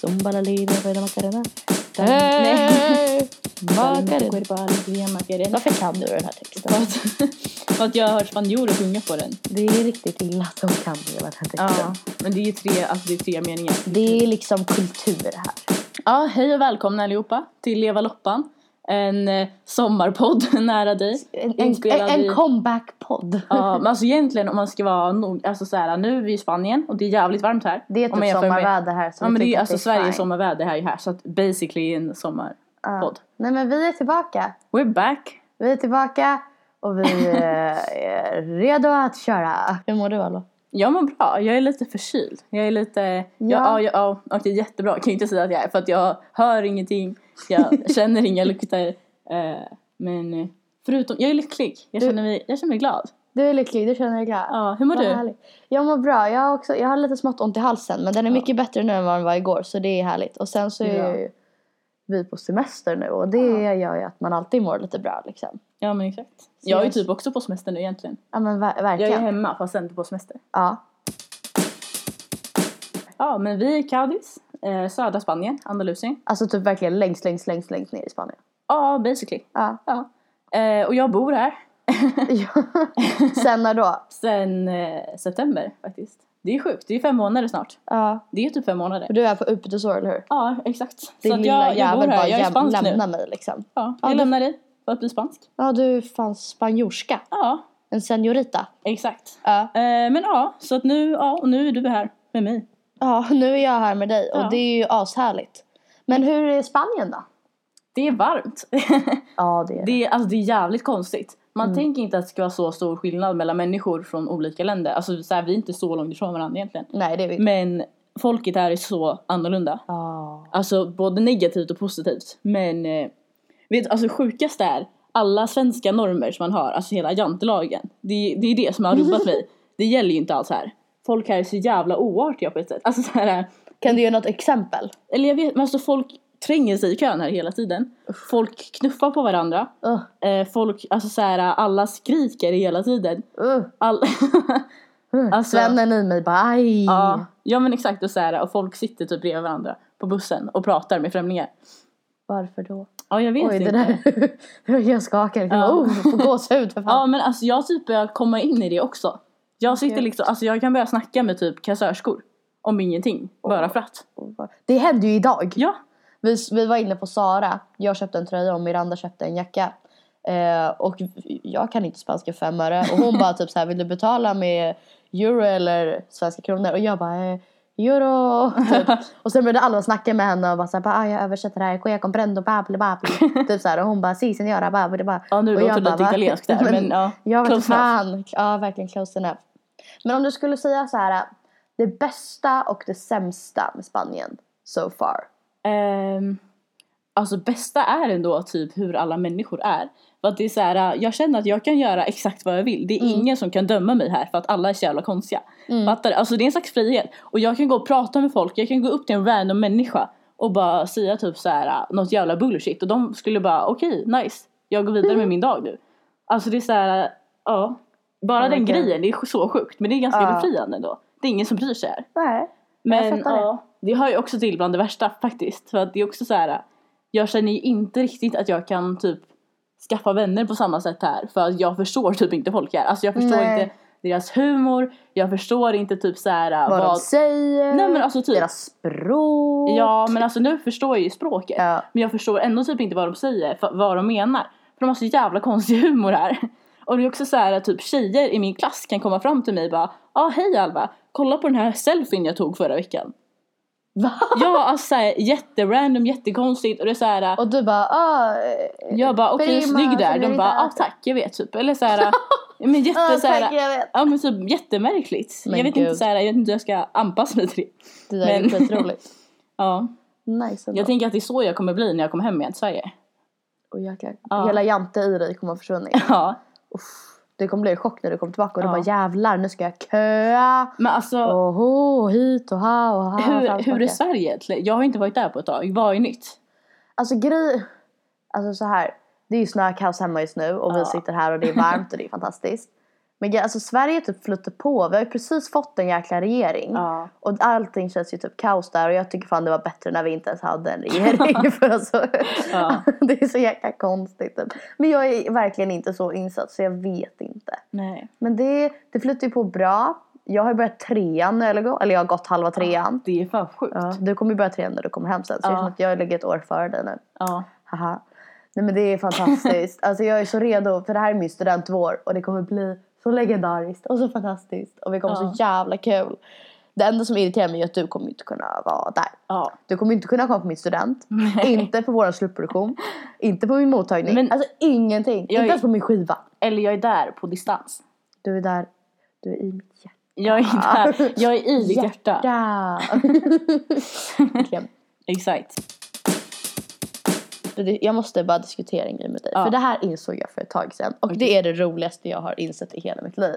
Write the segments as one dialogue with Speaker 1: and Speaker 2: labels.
Speaker 1: Zumbalalina, Rueda Macarena. Dam- Nej.
Speaker 2: Hey!
Speaker 1: Dam-
Speaker 2: Macarena.
Speaker 1: Cuerpa Alegría Macarena. Varför kan du den här texten?
Speaker 2: För att, för att jag har hört spanjorer sjunga på den.
Speaker 1: Det är riktigt illa att de kan hela den här texten.
Speaker 2: Men det är ju tre, alltså det är tre meningar.
Speaker 1: Det är liksom kultur här.
Speaker 2: Ja, hej och välkomna allihopa till Leva loppan. En eh, sommarpodd nära dig.
Speaker 1: En, en,
Speaker 2: Inspelad i-
Speaker 1: en comeback-podd.
Speaker 2: Ja, men alltså egentligen om man ska vara nog, alltså så här, nu är vi i Spanien och det är jävligt varmt här.
Speaker 1: Det är
Speaker 2: Om man
Speaker 1: typ
Speaker 2: jämför med-
Speaker 1: sommarväder här. Så
Speaker 2: Ja
Speaker 1: vi
Speaker 2: men det
Speaker 1: tycker
Speaker 2: är
Speaker 1: att
Speaker 2: alltså Sveriges
Speaker 1: fine.
Speaker 2: sommarväder här ju här så att basically en sommar.
Speaker 1: Ja.
Speaker 2: podd.
Speaker 1: Nej men vi är tillbaka.
Speaker 2: We're back!
Speaker 1: Vi är tillbaka och vi eh, är redo att köra. Hur mår du Allo?
Speaker 2: Jag mår bra, jag är lite förkyld. Jag är lite, ja, ja, ja, ja okej jättebra. Jag kan ju inte säga att jag är för att jag hör ingenting, jag känner inga lukter. Eh, men eh, förutom, jag är lycklig, jag
Speaker 1: Du-
Speaker 2: känner mig, jag känner mig glad.
Speaker 1: Du är lycklig, du känner dig glad.
Speaker 2: Ja, hur mår
Speaker 1: Vad
Speaker 2: du?
Speaker 1: härligt. Jag mår bra. Jag har, också, jag har lite smått ont i halsen men den är
Speaker 2: Ja.
Speaker 1: mycket bättre nu än vad den var igår så det är härligt. Och sen så är
Speaker 2: Bra.
Speaker 1: ju vi på semester nu och det
Speaker 2: Ja.
Speaker 1: gör ju att man alltid mår lite bra liksom.
Speaker 2: Ja men exakt. jag är ju
Speaker 1: jag-
Speaker 2: typ också på semester nu egentligen.
Speaker 1: Ja men ver-
Speaker 2: Jag är
Speaker 1: verkligen.
Speaker 2: hemma fast inte på semester.
Speaker 1: Ja.
Speaker 2: Ja, men vi är i Cadiz, eh, södra Spanien, Andalusien.
Speaker 1: Alltså typ verkligen längst, längst, längst, längst ner i Spanien.
Speaker 2: Ja, basically.
Speaker 1: Ja.
Speaker 2: Ja. Eh, och jag bor här
Speaker 1: Ja. sen när då?
Speaker 2: sedan eh, september faktiskt. Det är sjukt, det är fem månader snart.
Speaker 1: Ja.
Speaker 2: Det är typ fem månader.
Speaker 1: Och Du är på Upidusor eller hur?
Speaker 2: Ja, exakt.
Speaker 1: Din
Speaker 2: så att
Speaker 1: lilla
Speaker 2: jag, jag bor
Speaker 1: jävel
Speaker 2: här,
Speaker 1: bara
Speaker 2: jag är
Speaker 1: jäm-
Speaker 2: spansk
Speaker 1: lämna
Speaker 2: nu.
Speaker 1: mig liksom.
Speaker 2: Ja,
Speaker 1: Ja,
Speaker 2: jag
Speaker 1: du-
Speaker 2: lämnar dig för att bli spansk.
Speaker 1: Ja du fanns spanjorska.
Speaker 2: Ja,
Speaker 1: En senorita.
Speaker 2: exakt.
Speaker 1: Ja.
Speaker 2: Eh, men ja, så att nu, ja, och nu är du här med mig.
Speaker 1: Ja nu är jag här med dig och
Speaker 2: Ja.
Speaker 1: det är ju ashärligt. Men hur är Spanien då?
Speaker 2: Det är varmt.
Speaker 1: Ja det är
Speaker 2: det, är, alltså, det är jävligt konstigt. Man tänker inte att det ska vara så stor skillnad mellan människor från olika länder. Alltså så här, vi är inte så långt ifrån varandra egentligen.
Speaker 1: Nej det är vi inte.
Speaker 2: Men folket här är så annorlunda.
Speaker 1: Ja.
Speaker 2: Alltså både negativt och positivt. Men eh, vet du, alltså sjukast är alla svenska normer som man har, alltså hela jantelagen. Det, det är det som har rubbat mig. Det gäller ju inte alls här. Folk här är så jävla oartiga på ett sätt. Alltså så här,
Speaker 1: Kan du ge något exempel?
Speaker 2: eller jag vet, men alltså folk tränger sig i kön här hela tiden. Folk knuffar på varandra.
Speaker 1: Uh,
Speaker 2: Eh, folk, alltså så här, alla skriker hela tiden.
Speaker 1: uh,
Speaker 2: All,
Speaker 1: uh.
Speaker 2: Alltså-
Speaker 1: Svennen i mig bara aj.
Speaker 2: Ja, ja men exakt och så här, och folk sitter typ bredvid varandra på bussen och pratar med främlingar.
Speaker 1: Varför då?
Speaker 2: Ja jag vet
Speaker 1: Oj
Speaker 2: inte.
Speaker 1: det där. jag skakar. liksom.
Speaker 2: Ja.
Speaker 1: Oh, jag får gåshud för fan.
Speaker 2: Ja men alltså jag typ börjar komma in i det också. Jag sitter
Speaker 1: Okej.
Speaker 2: liksom, alltså jag kan börja snacka med typ kassörskor. Om ingenting, bara för att.
Speaker 1: Det hände ju idag.
Speaker 2: Ja,
Speaker 1: Vi, vi var inne på Sara. Jag köpte en tröja och Miranda köpte en jacka. Eh, och jag kan inte spanska fem öre. Och hon bara typ så här, vill du betala med euro eller svenska kronor? Och jag bara, eh, euro. Typ. Och sen började alla snacka med henne och bara så här, bara, ah, jag översätter det här. Jag comprendo, babli, babli. Typ så här, och hon bara, si signora, babli, babli.
Speaker 2: ja nu
Speaker 1: Och
Speaker 2: låter
Speaker 1: jag
Speaker 2: det
Speaker 1: bara,
Speaker 2: lite
Speaker 1: va?
Speaker 2: italienskt där
Speaker 1: Men-
Speaker 2: men ja.
Speaker 1: Jag vet
Speaker 2: Close enough.
Speaker 1: fan. Ja, verkligen close enough. Men om du skulle säga så här, det bästa och det sämsta med Spanien so far.
Speaker 2: Ehm, alltså bästa är ändå typ hur alla människor är. För att det är så här, äh, jag känner att jag kan göra exakt vad jag vill. Det är
Speaker 1: Mm.
Speaker 2: ingen som kan döma mig här för att alla är så jävla konstiga. Fattar du? Alltså det är en slags frihet. Och jag kan gå och prata med folk, jag kan gå upp till en random människa och bara säga typ så här något jävla bullshit och de skulle bara okej, nice. Jag går vidare
Speaker 1: Mm.
Speaker 2: med min dag nu. Alltså det är så här, ja. Bara
Speaker 1: Ja,
Speaker 2: den
Speaker 1: verkligen.
Speaker 2: grejen, det är så sjukt men det är ganska
Speaker 1: Oh Ja.
Speaker 2: befriande ändå. Det är ingen som bryr sig här.
Speaker 1: Nej. Jag
Speaker 2: Men
Speaker 1: fattar det.
Speaker 2: ja, det hör ju också till bland det värsta faktiskt. För att det är också så här. Jag känner ju inte riktigt att jag kan typ skaffa vänner på samma sätt här. För att jag förstår typ inte folk här. Alltså jag förstår
Speaker 1: Nej.
Speaker 2: inte deras humor. Jag förstår inte typ så här
Speaker 1: Vad
Speaker 2: vad...
Speaker 1: de säger.
Speaker 2: Nej men alltså typ.
Speaker 1: Deras språk.
Speaker 2: Ja men alltså nu förstår jag ju språket.
Speaker 1: Ja.
Speaker 2: Men jag förstår ändå typ inte vad de säger, fa- vad de menar. För de har så jävla konstig humor här. Och det är också så här att typ tjejer i min klass kan komma fram till mig och bara Ja ah, hej Alva, kolla på den här selfien jag tog förra veckan.
Speaker 1: Va?
Speaker 2: Ja alltså såhär jätterandom, jättekonstigt och det är såhär
Speaker 1: Och du bara, ah, eh,
Speaker 2: Jag bara okej
Speaker 1: prima,
Speaker 2: snygg där, de
Speaker 1: señorita.
Speaker 2: bara ah tack jag vet typ. Eller såhär Men jätte
Speaker 1: ah, tack,
Speaker 2: såhär
Speaker 1: jag vet.
Speaker 2: Ja men typ jättemärkligt.
Speaker 1: Men
Speaker 2: jag vet inte
Speaker 1: gud.
Speaker 2: såhär, jag vet inte hur jag ska anpassa mig till det.
Speaker 1: Det där är ju
Speaker 2: Men-
Speaker 1: skitroligt.
Speaker 2: Ja.
Speaker 1: Nice ändå.
Speaker 2: Jag tänker att det är så jag kommer bli när jag kommer hem igen till Sverige.
Speaker 1: Åh, jäklar.
Speaker 2: Ja.
Speaker 1: Hela jante i dig kommer ha försvunnit.
Speaker 2: Ja.
Speaker 1: Uff, det kommer bli en chock när du kommer tillbaka och
Speaker 2: Ja.
Speaker 1: du bara jävlar nu ska jag köa.
Speaker 2: Men alltså
Speaker 1: Oho, och hit och ha och ha. fram och
Speaker 2: Hur, hur är
Speaker 1: tillbaka.
Speaker 2: Sverige egentligen? Jag har inte varit där på ett tag. Vad är nytt?
Speaker 1: Alltså grej, alltså så här. Det är ju snökaos hemma just nu och
Speaker 2: Ja.
Speaker 1: vi sitter här och det är varmt och det är fantastiskt. Men jag- alltså Sverige typ flyter på. Vi har ju precis fått en jäkla regering.
Speaker 2: Ja.
Speaker 1: Och allting känns ju typ kaos där. Och jag tycker fan det var bättre när vi inte ens hade en regering. för alltså,
Speaker 2: Ja.
Speaker 1: det är så jäkla konstigt. Typ. Men jag är verkligen inte så insatt så jag vet inte.
Speaker 2: Nej.
Speaker 1: Men det, det flyter ju på bra. Jag har ju börjat trean eller, gå- eller jag har gått halva trean.
Speaker 2: Det är fan sjukt.
Speaker 1: Ja. Du kommer ju börja trean när du kommer hem sen. Så
Speaker 2: Ja.
Speaker 1: det är som att jag ligger ett år före dig nu.
Speaker 2: Ja.
Speaker 1: Haha. Nej men det är fantastiskt. alltså jag är så redo för det här är min studentvår och det kommer bli så legendariskt och så fantastiskt och vi kommer
Speaker 2: Ja.
Speaker 1: så jävla kul. Det enda som irriterar mig är att du kommer inte kunna vara där.
Speaker 2: ja.
Speaker 1: Du kommer inte kunna komma på min student, inte på vår slutproduktion, inte på min mottagning.
Speaker 2: Men-
Speaker 1: alltså ingenting.
Speaker 2: Jag
Speaker 1: inte
Speaker 2: är-
Speaker 1: ens på min skiva.
Speaker 2: Eller jag är där på distans.
Speaker 1: Du är där, du är i mitt hjärta.
Speaker 2: Jag är där. Jag är i ditt hjärta.
Speaker 1: Verkligen.
Speaker 2: Exakt.
Speaker 1: Jag måste bara diskutera en grej med dig.
Speaker 2: Ja.
Speaker 1: För det här insåg jag för ett tag sedan. Och det är det roligaste jag har insett i hela mitt liv.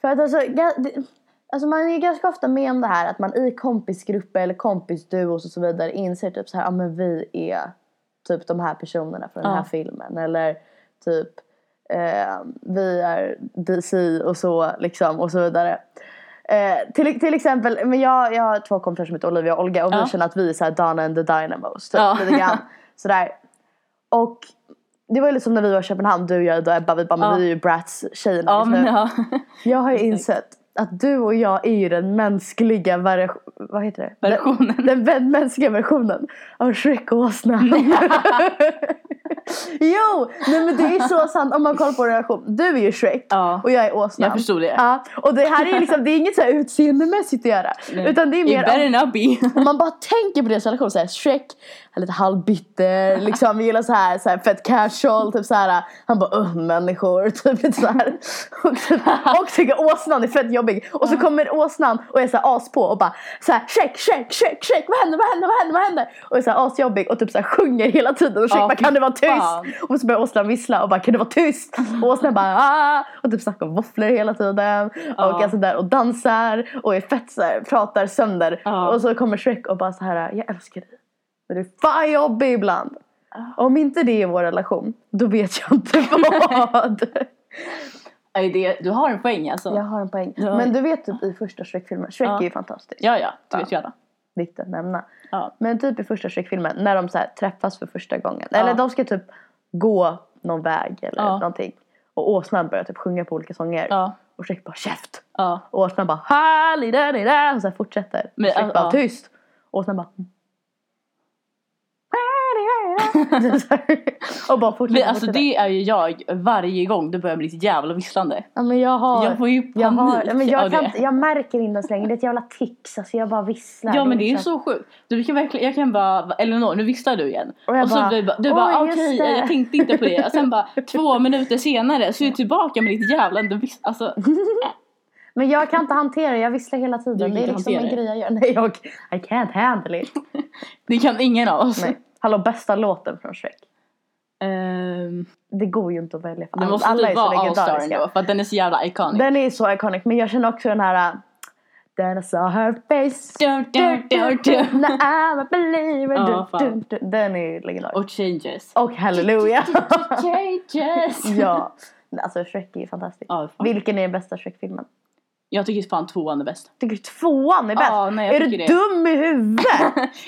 Speaker 1: För att alltså, ga- det- alltså man är ganska ofta med om det här att man i kompisgrupper eller kompisduos och så vidare inser typ så här, ja ah, men vi är typ de här personerna från den här
Speaker 2: Ja.
Speaker 1: filmen. Eller typ eh, vi är DC och så liksom och så vidare. Eh, till, till exempel, men jag, jag har två kompisar som heter Olivia och Olga och
Speaker 2: Ja.
Speaker 1: vi känner att vi är så här Dana and the Dynamos. Typ,
Speaker 2: Ja.
Speaker 1: lite grann. Sådär. Och det var ju lite som när vi var i Köpenhamn, du, jag och Ebba, vi bara, men
Speaker 2: Ja.
Speaker 1: vi är ju Bratz-tjejerna
Speaker 2: Ja,
Speaker 1: just nu.
Speaker 2: men ja.
Speaker 1: Jag har ju insett att du och jag är ju den mänskliga version, vad heter det? Den-
Speaker 2: Versionen.
Speaker 1: Den, vän- mänskliga versionen av Shrek och åsnan. jo! Nej men det är ju så sant om man kollar på en relation. Du är ju Shrek
Speaker 2: Ja.
Speaker 1: och jag är åsnan.
Speaker 2: Jag förstod det.
Speaker 1: Ja, och det här är liksom, det är inget så här utseendemässigt att göra.
Speaker 2: Nej.
Speaker 1: Utan det är
Speaker 2: It
Speaker 1: mer
Speaker 2: better not be.
Speaker 1: om man bara tänker på deras relation, såhär Shrek, han är lite halvbitter, liksom gillar såhär, såhär fett casual, typ såhär han bara öh människor, typ lite såhär. Och, typ, och tycker åsnan är fett jobbig. Och så kommer åsnan och är såhär as på och bara såhär Shrek, Shrek, Shrek, Shrek, vad händer, vad händer, vad händer, vad händer? Och är såhär asjobbig och typ såhär sjunger hela tiden och Shrek
Speaker 2: Ja,
Speaker 1: bara kan du vara
Speaker 2: fy fan.
Speaker 1: tyst? Och så börjar åsnan vissla och bara kan du vara tyst? Och åsnan bara ah! Och typ snackar om våfflor hela tiden. Och
Speaker 2: Ja.
Speaker 1: alltså där och dansar och är fett såhär, pratar sönder.
Speaker 2: Ja.
Speaker 1: Och så kommer Shrek och bara så här, jag älskar dig. Men du är fan jobbig ibland. Om inte det är vår relation, då vet jag inte vad.
Speaker 2: Nej, det- Du har en poäng alltså.
Speaker 1: jag har en poäng.
Speaker 2: Ja.
Speaker 1: Men du vet typ i första Shrek-filmen, Shrek
Speaker 2: Ja.
Speaker 1: är ju fantastisk.
Speaker 2: Ja, ja. Det
Speaker 1: Ja.
Speaker 2: vet jag då.
Speaker 1: Viktigt att nämna.
Speaker 2: Ja.
Speaker 1: Men typ i första Shrek-filmen, när de så här träffas för första gången.
Speaker 2: Ja.
Speaker 1: Eller de ska typ gå någon väg eller
Speaker 2: Ja.
Speaker 1: någonting. Och åsnan börjar typ sjunga på olika sånger.
Speaker 2: Ja.
Speaker 1: Och Shrek bara käft!
Speaker 2: Ja.
Speaker 1: Och åsnan bara halidadida och så här fortsätter.
Speaker 2: Men,
Speaker 1: Men, Shrek
Speaker 2: ja,
Speaker 1: bara
Speaker 2: ja.
Speaker 1: tyst. Och åsnan bara mm. Så här. och bara fortsätter.
Speaker 2: Men alltså
Speaker 1: fortsätter.
Speaker 2: det är ju jag varje gång det börjar bli ett jävla visslande.
Speaker 1: Ja, men jag har.
Speaker 2: Jag får ju panik
Speaker 1: jag, har, ja, men
Speaker 2: av
Speaker 1: jag, kan,
Speaker 2: det.
Speaker 1: inte- jag märker inte ens längre. Det är ett jävla tics. Alltså jag bara visslar.
Speaker 2: Ja men det är ju
Speaker 1: liksom-
Speaker 2: så sjukt. Du kan verkligen, jag kan bara, Elinor nu visslar du igen.
Speaker 1: Och
Speaker 2: Och,
Speaker 1: jag
Speaker 2: så
Speaker 1: bara,
Speaker 2: du bara, du
Speaker 1: "Oj,
Speaker 2: bara
Speaker 1: just
Speaker 2: okej
Speaker 1: det."
Speaker 2: jag tänkte inte på det. Och sen bara två minuter senare så är du tillbaka med ditt jävla du viss, alltså,
Speaker 1: Men jag kan inte hantera det. Jag visslar hela
Speaker 2: Du
Speaker 1: tiden.
Speaker 2: kan
Speaker 1: Det är
Speaker 2: inte
Speaker 1: liksom en
Speaker 2: hantera
Speaker 1: grej jag gör. Nej jag, I can't handle it.
Speaker 2: Det kan ingen av oss.
Speaker 1: Nej. Hallå bästa låten från Shrek.
Speaker 2: Ehm,
Speaker 1: Det går ju inte att välja. För
Speaker 2: det
Speaker 1: alla-
Speaker 2: måste
Speaker 1: alla
Speaker 2: typ
Speaker 1: är så
Speaker 2: vara All-Star
Speaker 1: legendariska.
Speaker 2: ändå för att den är så jävla iconic.
Speaker 1: Den är så iconic. Men jag känner också den här... äh, Then I saw her face.
Speaker 2: Du, du, du, du.
Speaker 1: Now I'm a believer.
Speaker 2: Ja,
Speaker 1: Du,
Speaker 2: fan.
Speaker 1: du, du. Den är ju legendarisk.
Speaker 2: Och Changes.
Speaker 1: Och Hallelujah.
Speaker 2: Changes!
Speaker 1: ja. Nej, Alltså Shrek är ju fantastisk.
Speaker 2: Ja, fan.
Speaker 1: Vilken är den bästa Shrek-filmen?
Speaker 2: Jag tycker fan tvåan är bäst.
Speaker 1: Tycker du tvåan är bäst?
Speaker 2: Ja, nej, jag
Speaker 1: är du
Speaker 2: tycker det.
Speaker 1: dum i huvudet?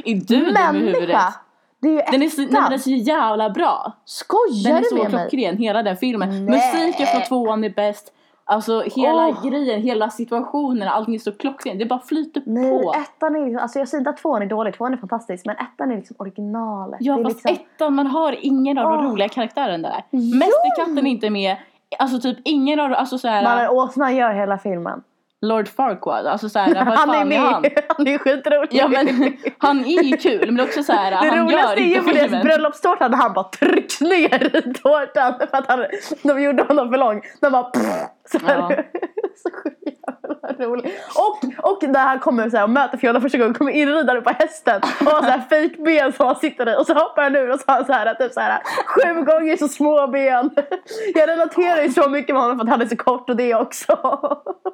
Speaker 2: Är du dum i huvudet?
Speaker 1: Människa! Det är ju ettan.
Speaker 2: Den är, så, nej, men den är så jävla bra. Den
Speaker 1: Skojar
Speaker 2: är
Speaker 1: du
Speaker 2: så
Speaker 1: med mig?
Speaker 2: klockren, hela den filmen.
Speaker 1: Nej.
Speaker 2: Musiken från tvåan är bäst. Alltså hela
Speaker 1: Åh.
Speaker 2: grejen, hela situationen, allting är så klockrent. Det bara flyter
Speaker 1: Nej,
Speaker 2: på.
Speaker 1: ettan är liksom, alltså jag säger inte att tvåan är dålig, tvåan är fantastisk, men ettan är liksom originalet.
Speaker 2: Ja
Speaker 1: det är
Speaker 2: fast
Speaker 1: liksom,
Speaker 2: ettan, man har ingen av de
Speaker 1: Åh.
Speaker 2: roliga karaktärerna där.
Speaker 1: Jo.
Speaker 2: Mästerkatten är inte med. Alltså typ ingen av alltså såhär,
Speaker 1: Mannen åsnan gör hela filmen.
Speaker 2: Lord Farquaad. Alltså såhär, vad
Speaker 1: han
Speaker 2: fan
Speaker 1: är
Speaker 2: är,
Speaker 1: med,
Speaker 2: han?
Speaker 1: han, är skitrolig.
Speaker 2: Ja men han är ju kul men det är också såhär,
Speaker 1: det
Speaker 2: han gör
Speaker 1: roligaste är ju
Speaker 2: inte
Speaker 1: på deras
Speaker 2: filmen.
Speaker 1: bröllopstårta när han bara tryck ner i tårtan för att han, de gjorde honom för lång. De bara pff, så, här. så jävla roligt. Och, och när han kommer så här, och möter Fiona första gången kommer inridande på hästen och har så här fake ben som han sitter i och så hoppar han ur och så har han så här, typ så här sju gånger så små ben. Jag relaterar ju så mycket med honom för att han är så kort och det också.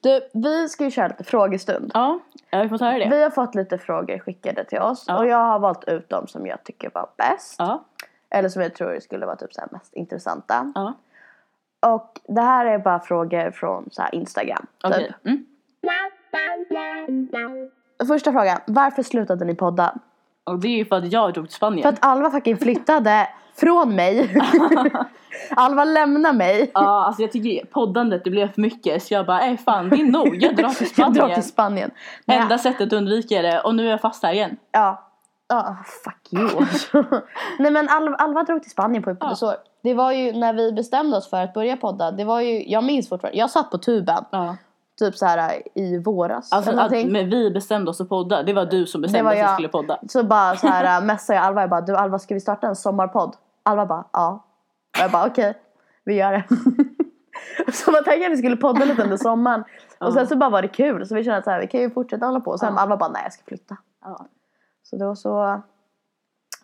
Speaker 1: Du, vi ska ju köra lite frågestund.
Speaker 2: Ja, jag har ju fått höra det.
Speaker 1: Vi har fått lite frågor skickade till oss
Speaker 2: Ja.
Speaker 1: och jag har valt ut de som jag tycker var bäst.
Speaker 2: Ja.
Speaker 1: Eller som jag tror skulle vara typ så här mest intressanta.
Speaker 2: Ja.
Speaker 1: Och det här är bara frågor från så här Instagram.
Speaker 2: Okej.
Speaker 1: Typ.
Speaker 2: Mm.
Speaker 1: Första frågan. Varför slutade ni podda?
Speaker 2: Och det är ju för att jag drog till Spanien.
Speaker 1: För att Alva fucking flyttade från mig. Alva lämnar mig.
Speaker 2: Ja, alltså jag tycker poddandet det blev för mycket så jag bara, nej fan det är nog, jag drar till
Speaker 1: Jag
Speaker 2: Spanien.
Speaker 1: drar till Spanien. Nej,
Speaker 2: Enda sättet att undvika det och nu är jag fast här igen.
Speaker 1: Ja. Ja, Ah, fuck you alltså. Nej men Alva, Alva drog till Spanien på uppbytesår. Det var ju när vi bestämde oss för att börja podda. Det var ju, jag minns fortfarande. Jag satt på tuben.
Speaker 2: Ja.
Speaker 1: Typ så här i våras.
Speaker 2: Alltså
Speaker 1: eller
Speaker 2: att
Speaker 1: någonting.
Speaker 2: men vi bestämde oss att podda, det var du som
Speaker 1: Det
Speaker 2: bestämde
Speaker 1: var
Speaker 2: att vi
Speaker 1: jag.
Speaker 2: skulle podda.
Speaker 1: Så bara så här äh, messade jag Alva. Jag bara, du Alva ska vi starta en sommarpodd? Alva bara, ja. Och jag bara okej, vi gör det. så man tänkte att vi skulle podda lite under sommaren.
Speaker 2: Ja.
Speaker 1: Och sen så bara var det kul. Så vi kände att så här, vi kan ju fortsätta hålla på. Och sen
Speaker 2: Ja.
Speaker 1: Alva bara, nej jag ska flytta.
Speaker 2: Ja.
Speaker 1: Så då så,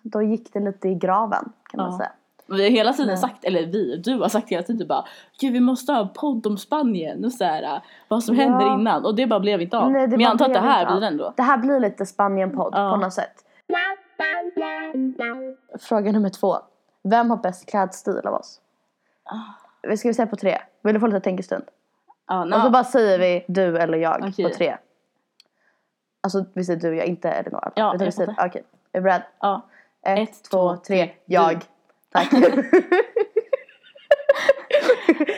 Speaker 1: då gick det lite i graven kan man
Speaker 2: Ja.
Speaker 1: säga.
Speaker 2: Och Vi har hela tiden
Speaker 1: Nej.
Speaker 2: sagt, eller vi, du har sagt hela tiden du bara Gud vi måste ha en podd om Spanien och så här, vad som
Speaker 1: Ja.
Speaker 2: händer innan och det bara blev inte av.
Speaker 1: Nej, det
Speaker 2: men
Speaker 1: bara
Speaker 2: jag antar att det
Speaker 1: blev
Speaker 2: här
Speaker 1: inte av.
Speaker 2: blir den då.
Speaker 1: Det här blir lite Spanien-podd
Speaker 2: Ja.
Speaker 1: på något sätt. Fråga nummer två. Vem har bäst klädstil av oss?
Speaker 2: Ah.
Speaker 1: Vi ska vi säga på tre? Vill du få lite tänkestund?
Speaker 2: Ja,
Speaker 1: Och så
Speaker 2: no.
Speaker 1: bara säger vi du eller jag
Speaker 2: Okej.
Speaker 1: på tre. Alltså vi säger du, jag, inte Elinor.
Speaker 2: Ja,
Speaker 1: Utan vi
Speaker 2: jag
Speaker 1: säger,
Speaker 2: fattar.
Speaker 1: okej. Är du beredd?
Speaker 2: ja.
Speaker 1: Ett,
Speaker 2: Ett,
Speaker 1: två,
Speaker 2: två,
Speaker 1: tre.
Speaker 2: tre.
Speaker 1: Jag.
Speaker 2: Du.
Speaker 1: Tack.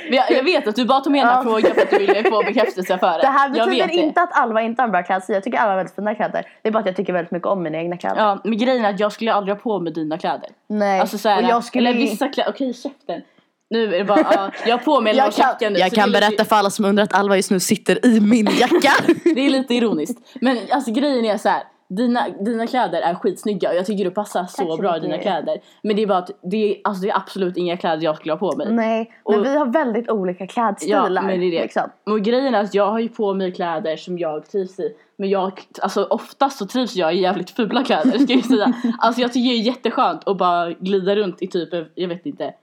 Speaker 2: Men jag, jag vet att du bara tog med den här
Speaker 1: Ja.
Speaker 2: frågan för att du ville få bekräftelse för det.
Speaker 1: det här
Speaker 2: jag vet
Speaker 1: betyder
Speaker 2: det.
Speaker 1: inte att Alva inte har en bra klädstil. Jag tycker Alva har väldigt fina kläder. Det är bara att jag tycker väldigt mycket om mina egna kläder.
Speaker 2: Ja, men grejen är att jag skulle aldrig ha på mig dina kläder.
Speaker 1: Nej.
Speaker 2: Alltså såhär,
Speaker 1: och jag skulle...
Speaker 2: eller vissa kläder, okej käften. Nu är det bara, ja, jag har på mig en jackan nu. så det är lite,
Speaker 1: för alla som undrar att Alva just nu sitter i min jacka.
Speaker 2: Det är lite ironiskt. Men alltså grejen är så här. Dina, dina kläder är skitsnygga och jag tycker du passar så
Speaker 1: så
Speaker 2: bra i dina
Speaker 1: mycket.
Speaker 2: kläder. Men det är bara att det är, alltså det är absolut inga kläder jag skulle ha på mig.
Speaker 1: Nej, men
Speaker 2: Och-
Speaker 1: vi har väldigt olika klädstilar.
Speaker 2: Ja, men det är det.
Speaker 1: Liksom.
Speaker 2: Och grejen är att jag har ju på mig kläder som jag trivs i. Men jag, alltså oftast så trivs jag i jävligt fula kläder ska jag ju säga. Alltså jag tycker det är jätteskönt att bara glida runt i typ, en- jag vet inte,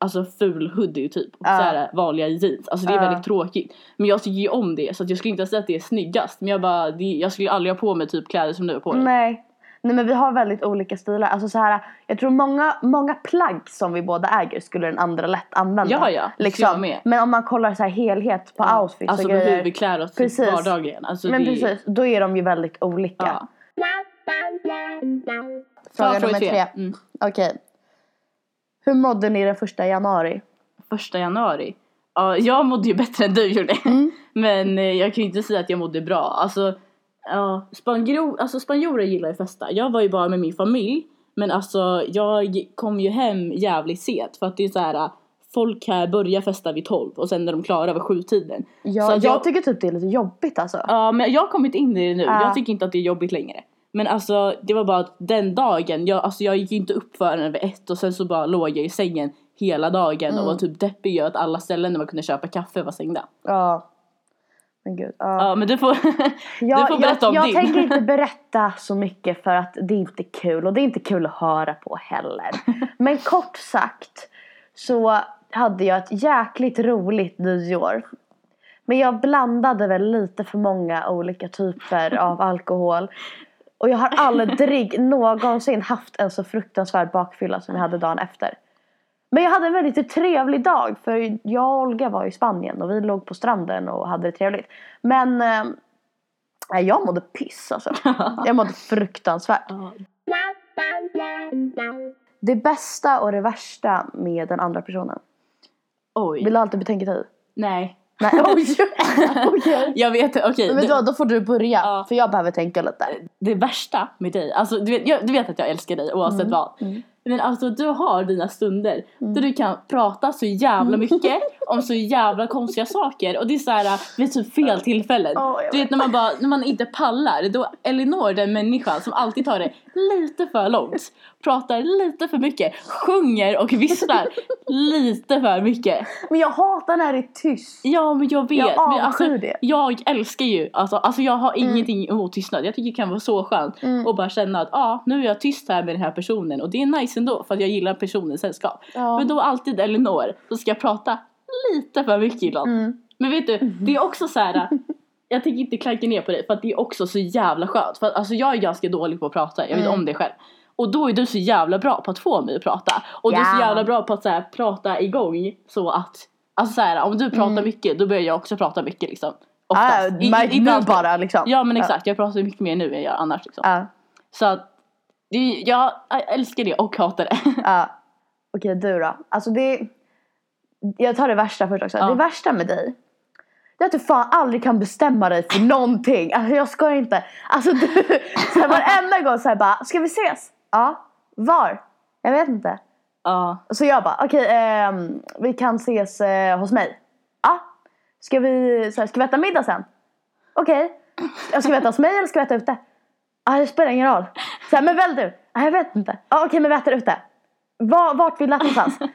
Speaker 2: alltså ful hoodie typ. Och
Speaker 1: Ja.
Speaker 2: såhär vanliga jeans. Alltså det är
Speaker 1: Ja.
Speaker 2: väldigt tråkigt. Men jag tycker ju om det så att jag skulle inte säga att det är snyggast. Men jag bara, det, jag skulle aldrig ha på mig typ kläder som du har på dig.
Speaker 1: Nej. Nej, men vi har väldigt olika stilar. Alltså så här, jag tror många, många plagg som vi båda äger skulle den andra lätt använda.
Speaker 2: Ja, ja, det skulle jag
Speaker 1: Liksom.
Speaker 2: med.
Speaker 1: Men om man kollar så här helhet på outfits
Speaker 2: alltså
Speaker 1: och
Speaker 2: med
Speaker 1: grejer.
Speaker 2: huvudkläder och typ
Speaker 1: Precis.
Speaker 2: vardagligen. Alltså
Speaker 1: Men
Speaker 2: det,
Speaker 1: precis, då är de ju väldigt olika.
Speaker 2: Ja.
Speaker 1: Fråga
Speaker 2: Ja,
Speaker 1: nummer tre.
Speaker 2: Mm.
Speaker 1: Okej. Hur mådde ni den första januari?
Speaker 2: första januari. Ja, jag mådde ju bättre än du gjorde.
Speaker 1: Mm.
Speaker 2: Men eh, jag kan ju inte säga att jag mådde bra. Alltså, ja, spangro, alltså spanjorer gillar ju att festa. Jag var ju bara med min familj. Men alltså jag kom ju hem jävligt sent för att det är så här eh, folk här börjar festa vid 12 och sen är de klara vid sjutiden.
Speaker 1: Ja,
Speaker 2: Så
Speaker 1: jag,
Speaker 2: att jag-
Speaker 1: tycker typ det är lite jobbigt alltså.
Speaker 2: Ja men jag har kommit in i det nu.
Speaker 1: Ja.
Speaker 2: Jag tycker inte att det är jobbigt längre. Men alltså det var bara att den dagen, jag, alltså, jag gick ju inte upp förrän vid ett och sen så bara låg jag i sängen hela dagen
Speaker 1: Mm.
Speaker 2: och var typ deppig över att alla ställen där man kunde köpa kaffe var stängda.
Speaker 1: Ja. Men gud. Ja.
Speaker 2: Ja men du får,
Speaker 1: Jag,
Speaker 2: du får berätta
Speaker 1: jag,
Speaker 2: om
Speaker 1: jag
Speaker 2: din.
Speaker 1: tänker inte berätta så mycket för att det är inte kul och det är inte kul att höra på heller. Men kort sagt så hade jag ett jäkligt roligt nyår. Men jag blandade väl lite för många olika typer av alkohol. Och jag har aldrig någonsin haft en så fruktansvärd bakfylla som jag hade dagen efter. Men jag hade en väldigt trevlig dag för jag och Olga var i Spanien och vi låg på stranden och hade det trevligt. Men eh, nej, jag mådde piss alltså. Jag mådde fruktansvärt.
Speaker 2: Ja.
Speaker 1: Det bästa och det värsta med den andra personen.
Speaker 2: Oj,
Speaker 1: Vill du alltid betänketid?
Speaker 2: nej.
Speaker 1: Nej oj! Okej.
Speaker 2: Jag vet, okej.
Speaker 1: Men vet du
Speaker 2: det,
Speaker 1: vad, då får du börja
Speaker 2: Ja.
Speaker 1: för jag behöver tänka lite.
Speaker 2: det värsta med dig, alltså du vet, jag, du vet att jag älskar dig oavsett
Speaker 1: Mm,
Speaker 2: vad.
Speaker 1: mm.
Speaker 2: Men alltså du har dina stunder där du kan prata så jävla
Speaker 1: Mm.
Speaker 2: mycket om så jävla konstiga saker och det är så här vid typ fel tillfällen.
Speaker 1: Ja, jag
Speaker 2: du vet när man bara, när man inte pallar, då Elinor den människan som alltid tar det lite för långt, pratar lite för mycket, sjunger och visslar lite för mycket.
Speaker 1: Men jag hatar när det är tyst.
Speaker 2: Ja men jag vet.
Speaker 1: Jag
Speaker 2: men alltså,
Speaker 1: avskyr det.
Speaker 2: jag älskar ju, alltså, alltså jag har
Speaker 1: Mm.
Speaker 2: ingenting emot tystnad. Jag tycker det kan vara så skönt.
Speaker 1: Mm.
Speaker 2: Och bara känna att ah, nu är jag tyst här med den här personen. Och det är nice ändå för att jag gillar personens sällskap.
Speaker 1: Ja.
Speaker 2: Men då alltid Elinor, så ska jag prata lite för mycket ibland.
Speaker 1: Mm.
Speaker 2: Men vet du, det är också så här. Jag tänker inte klanka ner på dig för att det är också så jävla skönt. För att alltså jag är ganska dålig på att prata, jag vet
Speaker 1: Mm.
Speaker 2: om det själv. Och då är du så jävla bra på att få mig att prata. Och du är så
Speaker 1: Ja.
Speaker 2: jävla bra på att så här, prata igång så att, alltså så här, om du pratar
Speaker 1: Mm.
Speaker 2: mycket då börjar jag också prata mycket liksom.
Speaker 1: Ah,
Speaker 2: Oftast. I-
Speaker 1: märk nu
Speaker 2: ibland-
Speaker 1: bara liksom. Ah,
Speaker 2: Ja men exakt, jag pratar mycket mer nu än jag gör annars liksom.
Speaker 1: Ja,
Speaker 2: Så att, det, är- jag älskar det och hatar det.
Speaker 1: ja. ah. Okej, du då? Alltså det... Jag tar det värsta först också.
Speaker 2: Ja.
Speaker 1: Det värsta med dig. Det är att du fan aldrig kan bestämma dig för någonting. Alltså jag skojar inte. Alltså du, så här, varenda gång såhär bara, ska vi ses? Ja. Var? Jag vet inte.
Speaker 2: Ja,
Speaker 1: Så jag bara, okej ehm, vi kan ses eh, hos mig. Ja. Ska vi, så här, ska vi äta middag sen? Okej. Jag Ska vi äta hos mig eller ska vi äta ute? Ja, det spelar ingen roll. Så här, men väl du? Ja, jag vet inte. Ja, okej men vi äter ute. Var, vart vill du äta någonstans?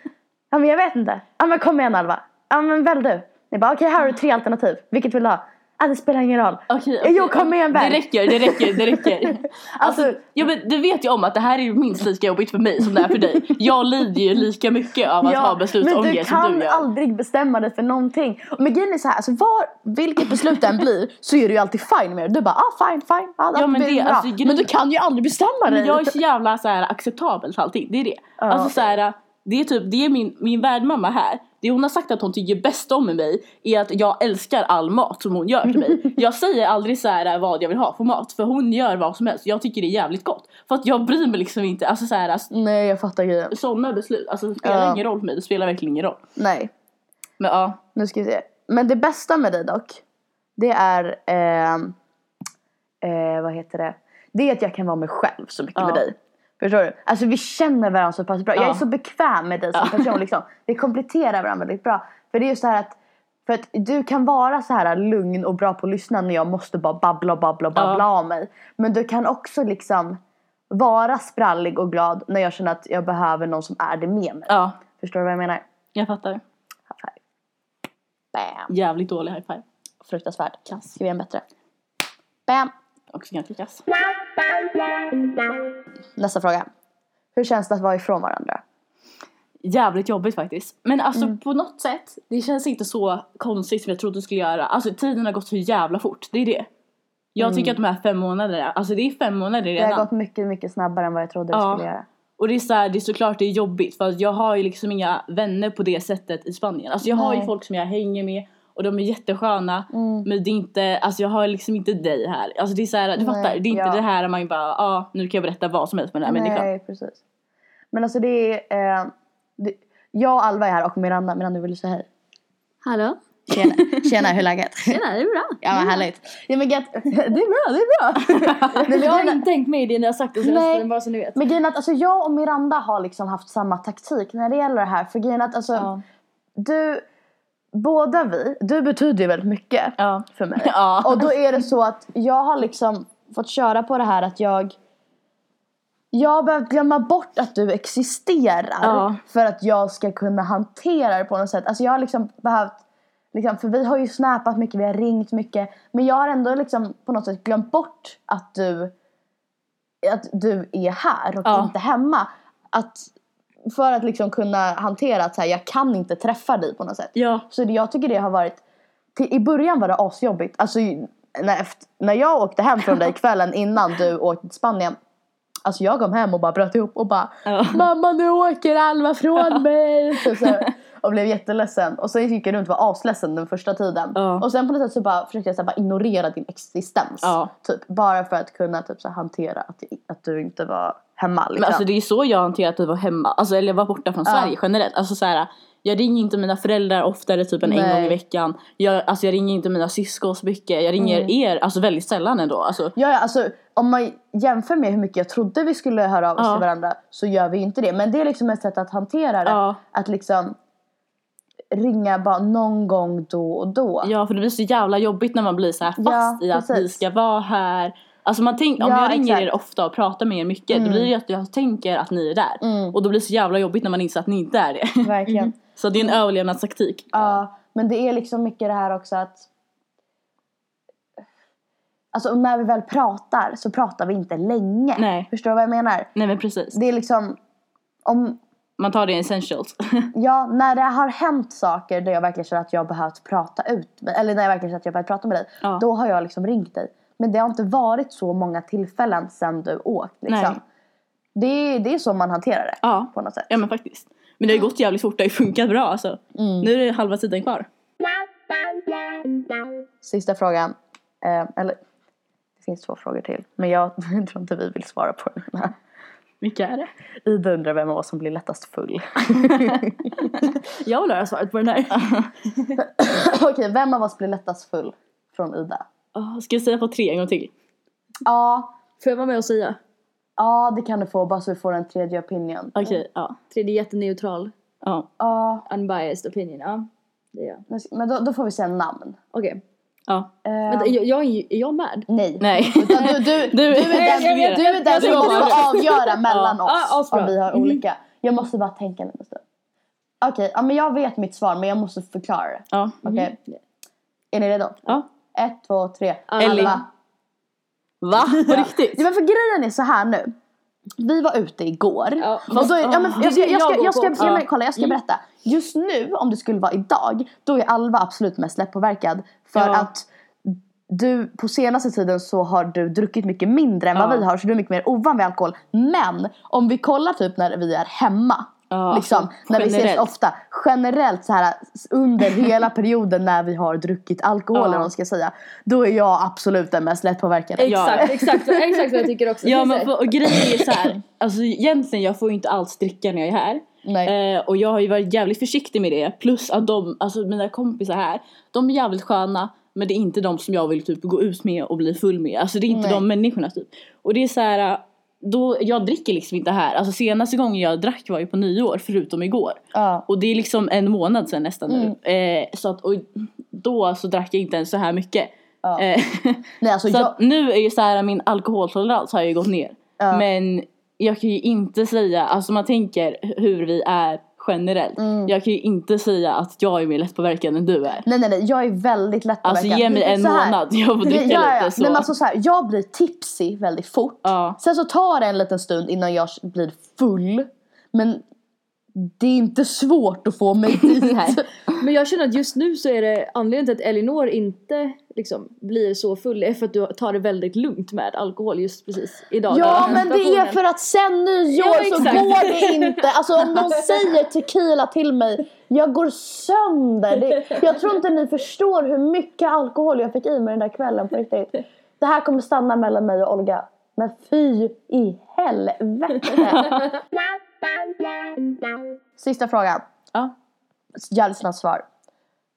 Speaker 1: Ja, men jag vet inte. Ja, men kom igen Alva. Ja, men väl du? Ni bara, okej här har du tre alternativ. Vilket vill du ha? Ja, det spelar ingen roll.
Speaker 2: okej. okej.
Speaker 1: Jo, kom igen,
Speaker 2: Det
Speaker 1: väl.
Speaker 2: räcker, det räcker, det räcker. Alltså,
Speaker 1: Alltså-
Speaker 2: ja, men du vet ju om att det här är ju minst lika jobbigt för mig som det är för dig. Jag lider ju lika mycket av att ha
Speaker 1: men
Speaker 2: beslutsångest
Speaker 1: du
Speaker 2: som
Speaker 1: kan
Speaker 2: du gör.
Speaker 1: aldrig bestämma dig för någonting. Men grejen är så här, alltså var, vilket beslut det än blir så är du ju alltid fine med det. Du bara, ah fine, fine, ah,
Speaker 2: men
Speaker 1: men,
Speaker 2: det-
Speaker 1: det, bra.
Speaker 2: alltså, grejen-
Speaker 1: men du kan ju aldrig bestämma dig.
Speaker 2: Men jag är så jävla så här, acceptabel till allting, det är det.
Speaker 1: Ja.
Speaker 2: Alltså så här, det är typ, det är min, min värdmamma här. Det hon har sagt att hon tycker bäst om med mig är att jag älskar all mat som hon gör till mig. Jag säger aldrig så här vad jag vill ha för mat för hon gör vad som helst. Jag tycker det är jävligt gott. För att jag bryr mig liksom inte. Alltså så här,
Speaker 1: Nej jag fattar grejen.
Speaker 2: sådana beslut, alltså det spelar
Speaker 1: Ja.
Speaker 2: ingen roll för mig. Det spelar verkligen ingen roll.
Speaker 1: Nej,
Speaker 2: Men ja,
Speaker 1: nu ska vi se. Men det bästa med dig dock, det är, ehm, eh, vad heter det? Det är att jag kan vara mig själv så mycket
Speaker 2: Ja.
Speaker 1: med dig. Förstår du? Alltså vi känner varandra så pass bra. Jag
Speaker 2: Ja.
Speaker 1: är så bekväm med dig som
Speaker 2: Ja.
Speaker 1: person liksom. Vi kompletterar varandra väldigt bra. För det är just det här att För att du kan vara så här lugn och bra på att lyssna när jag måste bara babbla och babbla och babbla av mig. Men du kan också liksom vara sprallig och glad när jag känner att jag behöver någon som är det med mig.
Speaker 2: ja,
Speaker 1: Förstår du vad jag menar?
Speaker 2: jag fattar.
Speaker 1: High five. Bam!
Speaker 2: Jävligt dålig high five.
Speaker 1: Fruktansvärt. Kass. Ska vi ge en bättre? Bam!
Speaker 2: Också ganska kass.
Speaker 1: Nästa fråga. Hur känns det att vara ifrån varandra?
Speaker 2: jävligt jobbigt faktiskt. Men alltså
Speaker 1: Mm.
Speaker 2: på något sätt, det känns inte så konstigt som jag trodde det skulle göra. Alltså tiden har gått så jävla fort, det är det. Jag tycker att de här fem månaderna, alltså det är fem månader
Speaker 1: Mm. Det har
Speaker 2: redan.
Speaker 1: gått mycket, mycket snabbare än vad jag trodde det
Speaker 2: Ja.
Speaker 1: skulle göra.
Speaker 2: och det är så här, det är såklart det är jobbigt för att jag har ju liksom inga vänner på det sättet i Spanien. Alltså jag har ju
Speaker 1: Nej.
Speaker 2: folk som jag hänger med och de är jättesköna.
Speaker 1: Mm.
Speaker 2: Men det är inte, alltså jag har liksom inte dig här. Alltså det är så här,
Speaker 1: Nej,
Speaker 2: du fattar, det är inte
Speaker 1: ja.
Speaker 2: det här att man bara, ja ah, nu kan jag berätta vad som helst med den här människan.
Speaker 1: Nej, precis. Men alltså det är... Eh, det, jag och Alva är här och Miranda. Miranda vill du säga hej?
Speaker 3: Hallå?
Speaker 1: Tjena, Tjena hur är läget?
Speaker 3: Tjena, det är bra.
Speaker 1: Ja vad härligt. Ja, men get, det är bra, det är bra. Nej, men
Speaker 3: Alltså, Jag har
Speaker 1: jag,
Speaker 3: inte tänkt mig det när jag har sagt det senaste
Speaker 1: Nej.
Speaker 3: tiden, bara så ni vet.
Speaker 1: men grejen är att alltså, jag och Miranda har liksom haft samma taktik när det gäller det här. För grejen är att alltså,
Speaker 2: Ja.
Speaker 1: du, båda vi, du betyder ju väldigt mycket
Speaker 2: Ja.
Speaker 1: för mig.
Speaker 2: Ja.
Speaker 1: Och då är det så att jag har liksom fått köra på det här att jag jag har behövt glömma bort att du existerar
Speaker 2: Ja.
Speaker 1: för att jag ska kunna hantera det på något sätt. Alltså jag har liksom behövt, liksom, för vi har ju snappat mycket, vi har ringt mycket. Men jag har ändå liksom på något sätt glömt bort att du, att du är här och
Speaker 2: Ja.
Speaker 1: inte hemma. Att, för att liksom kunna hantera att så här, jag kan inte träffa dig på något sätt.
Speaker 2: ja.
Speaker 1: Så det, jag tycker det har varit... Till, I början var det asjobbigt. Alltså, ju- när, efter, när jag åkte hem från dig kvällen innan du åkte till Spanien. Alltså jag kom hem och bara bröt ihop och bara
Speaker 2: Ja.
Speaker 1: Mamma nu åker Alva från mig! Typ så här. och blev jätteledsen. Och så gick jag runt och var asledsen den första tiden.
Speaker 2: Ja.
Speaker 1: Och sen på något sätt så bara försökte jag så här, bara ignorera din existens.
Speaker 2: Ja.
Speaker 1: Typ, bara för att kunna typ, så här, hantera att, att du inte var hemma. Liksom.
Speaker 2: Men alltså det är ju så jag har hanterat att vara hemma, alltså, eller vara borta från
Speaker 1: Ja.
Speaker 2: Sverige generellt. Alltså så här, jag ringer inte mina föräldrar oftare typ än en
Speaker 1: Nej.
Speaker 2: gång i veckan. Jag, alltså, jag ringer inte mina syskon så mycket. Jag ringer
Speaker 1: Mm.
Speaker 2: er alltså, väldigt sällan ändå. Alltså,
Speaker 1: Ja, ja, alltså om man jämför med hur mycket jag trodde vi skulle höra av oss
Speaker 2: Ja.
Speaker 1: till varandra så gör vi ju inte det. Men det är liksom ett sätt att hantera det.
Speaker 2: Ja.
Speaker 1: Att liksom ringa bara någon gång då och då.
Speaker 2: ja för det blir så jävla jobbigt när man blir så här
Speaker 1: Ja,
Speaker 2: fast i att vi
Speaker 1: precis.
Speaker 2: ska vara här. Alltså man tänk, om
Speaker 1: Ja,
Speaker 2: jag ringer
Speaker 1: exakt.
Speaker 2: er ofta och pratar med er mycket då blir det ju att jag tänker att ni är där.
Speaker 1: Mm.
Speaker 2: Och då blir det så jävla jobbigt när man inser att ni inte är det.
Speaker 1: Verkligen.
Speaker 2: så det är en
Speaker 1: Mm.
Speaker 2: överlevnadstaktik.
Speaker 1: Ja, men det är liksom mycket det här också att Alltså när vi väl pratar så pratar vi inte länge.
Speaker 2: Nej.
Speaker 1: Förstår du vad jag menar?
Speaker 2: Nej men precis.
Speaker 1: Det är liksom om,
Speaker 2: Man tar det i essentials.
Speaker 1: Ja, när det har hänt saker där jag verkligen känner att jag behövt prata ut med- Eller när jag verkligen känner att jag behövt prata med dig.
Speaker 2: Ja.
Speaker 1: Då har jag liksom ringt dig. Men det har inte varit så många tillfällen sedan du åkt. Liksom.
Speaker 2: Nej.
Speaker 1: Det, är- det är så man hanterar det
Speaker 2: Ja,
Speaker 1: på något sätt.
Speaker 2: ja men faktiskt. Men det har ju gått jävligt fort, det har ju funkat bra alltså.
Speaker 1: Mm.
Speaker 2: Nu är det halva tiden kvar.
Speaker 1: Sista frågan. Eh, eller, det finns två frågor till. Men jag tror inte vi vill svara på den här.
Speaker 2: Vilka är det?
Speaker 1: Ida undrar vem av oss som blir lättast full.
Speaker 2: Jag vill höra svaret på den här.
Speaker 1: Okej, vem av oss blir lättast full? Från Ida.
Speaker 2: Ah, Ska jag säga på tre en gång till?
Speaker 1: Ja,
Speaker 3: Får jag vara med och säga?
Speaker 1: ja det kan du få bara så vi får en tredje opinion.
Speaker 2: Okej, ja.
Speaker 3: Tredje jätteneutral,
Speaker 2: ja.
Speaker 1: Ja,
Speaker 3: unbiased opinion. Ja, det är jag.
Speaker 1: nu ska- men då, då får vi säga namn.
Speaker 3: Okej.
Speaker 2: Ja.
Speaker 1: Eh,
Speaker 3: Vänta, jag, jag, är ju- är jag med?
Speaker 1: nej.
Speaker 2: Nej.
Speaker 1: Utan du, du,
Speaker 2: Du
Speaker 1: du är
Speaker 2: Jag
Speaker 1: den,
Speaker 2: vet,
Speaker 1: du är den
Speaker 2: jag
Speaker 1: som
Speaker 2: vet.
Speaker 1: måste
Speaker 2: Ja.
Speaker 1: få avgöra mellan
Speaker 2: Ja.
Speaker 1: oss
Speaker 2: Ja, asbra.
Speaker 1: om vi har
Speaker 2: Mhm.
Speaker 1: olika. Jag måste bara tänka lite stund. Okej, ja, men jag vet mitt svar men jag måste förklara det.
Speaker 2: Ja.
Speaker 1: Okej? Är ni redo?
Speaker 2: Ja.
Speaker 1: Ett, två, tre.
Speaker 2: Ellie.
Speaker 1: Alla.
Speaker 2: Va? På riktigt?
Speaker 1: Ja, men för grejen är så här nu. Vi var ute igår.
Speaker 3: Ja.
Speaker 1: Och då är, ja, men
Speaker 2: Det är
Speaker 1: jag ska,
Speaker 2: det
Speaker 1: jag
Speaker 2: jag
Speaker 1: ska,
Speaker 2: går
Speaker 1: jag ska,
Speaker 2: på.
Speaker 1: ja, men
Speaker 2: Ja. Mm.
Speaker 1: kolla, jag ska berätta. Just nu, om det skulle vara idag, då är Alva absolut mest lättpåverkad. För
Speaker 2: Ja.
Speaker 1: att du, på senaste tiden så har du druckit mycket mindre än
Speaker 2: Ja.
Speaker 1: vad vi har. Så du är mycket mer ovan vid alkohol. Men om vi kollar typ när vi är hemma.
Speaker 2: Ja,
Speaker 1: liksom,
Speaker 2: alltså,
Speaker 1: när vi ses
Speaker 2: generellt.
Speaker 1: ofta. Generellt så här under hela perioden när vi har druckit alkohol.
Speaker 2: Ja.
Speaker 1: Eller vad man ska säga. Då är jag absolut den mest lättpåverkade.
Speaker 2: Eh,
Speaker 3: Exakt, exakt, exakt vad jag tycker också.
Speaker 2: Ja men och grejen är så här. alltså egentligen jag får ju inte alls dricka när jag är här.
Speaker 1: Nej.
Speaker 2: Eh, och jag har ju varit jävligt försiktig med det. Plus att de, alltså mina kompisar här, de är jävligt sköna. Men det är inte de som jag vill typ gå ut med och bli full med. Alltså det är inte
Speaker 1: Nej.
Speaker 2: de människorna typ. Och det är så här. Då, jag dricker liksom inte här. Alltså senaste gången jag drack var ju på nyår förutom igår.
Speaker 1: Ja.
Speaker 2: Och det är liksom en månad sedan nästan nu.
Speaker 1: Mm.
Speaker 2: Eh, så att, och då så drack jag inte ens så här mycket.
Speaker 1: Ja.
Speaker 2: Eh,
Speaker 1: Nej, alltså,
Speaker 2: så
Speaker 1: jag,
Speaker 2: att nu är ju så här min alkoholtolerans har ju gått ner.
Speaker 1: Ja.
Speaker 2: Men jag kan ju inte säga, alltså man tänker hur vi är generellt.
Speaker 1: Mm.
Speaker 2: Jag kan ju inte säga att jag är mer lättpåverkad än du är.
Speaker 1: Nej nej nej, jag är väldigt
Speaker 2: Alltså
Speaker 1: lättpåverkad.
Speaker 2: ge mig en
Speaker 1: Så här.
Speaker 2: månad, jag får
Speaker 1: Ja,
Speaker 2: dricka
Speaker 1: ja, ja.
Speaker 2: lite så.
Speaker 1: Nej, men alltså, så här, jag blir tipsig väldigt fort.
Speaker 2: ja.
Speaker 1: Sen så tar det en liten stund innan jag blir full. Men det är inte svårt att få mig dit.
Speaker 3: Men jag känner att just nu så är det anledningen till att Elinor inte liksom blir så full är för att du tar det väldigt lugnt med alkohol just precis idag.
Speaker 1: ja
Speaker 3: Där
Speaker 1: men det är
Speaker 3: situationen.
Speaker 1: för att sen nyår
Speaker 3: Ja,
Speaker 1: så
Speaker 3: exakt.
Speaker 1: går det inte. Alltså om någon säger tequila till mig, jag går sönder. Det, jag tror inte ni förstår hur mycket alkohol jag fick i mig den där kvällen på riktigt. Det här kommer stanna mellan mig och Olga. Men fy i helvete. Sista frågan.
Speaker 2: Ja.
Speaker 1: Jävligt snabbt svar.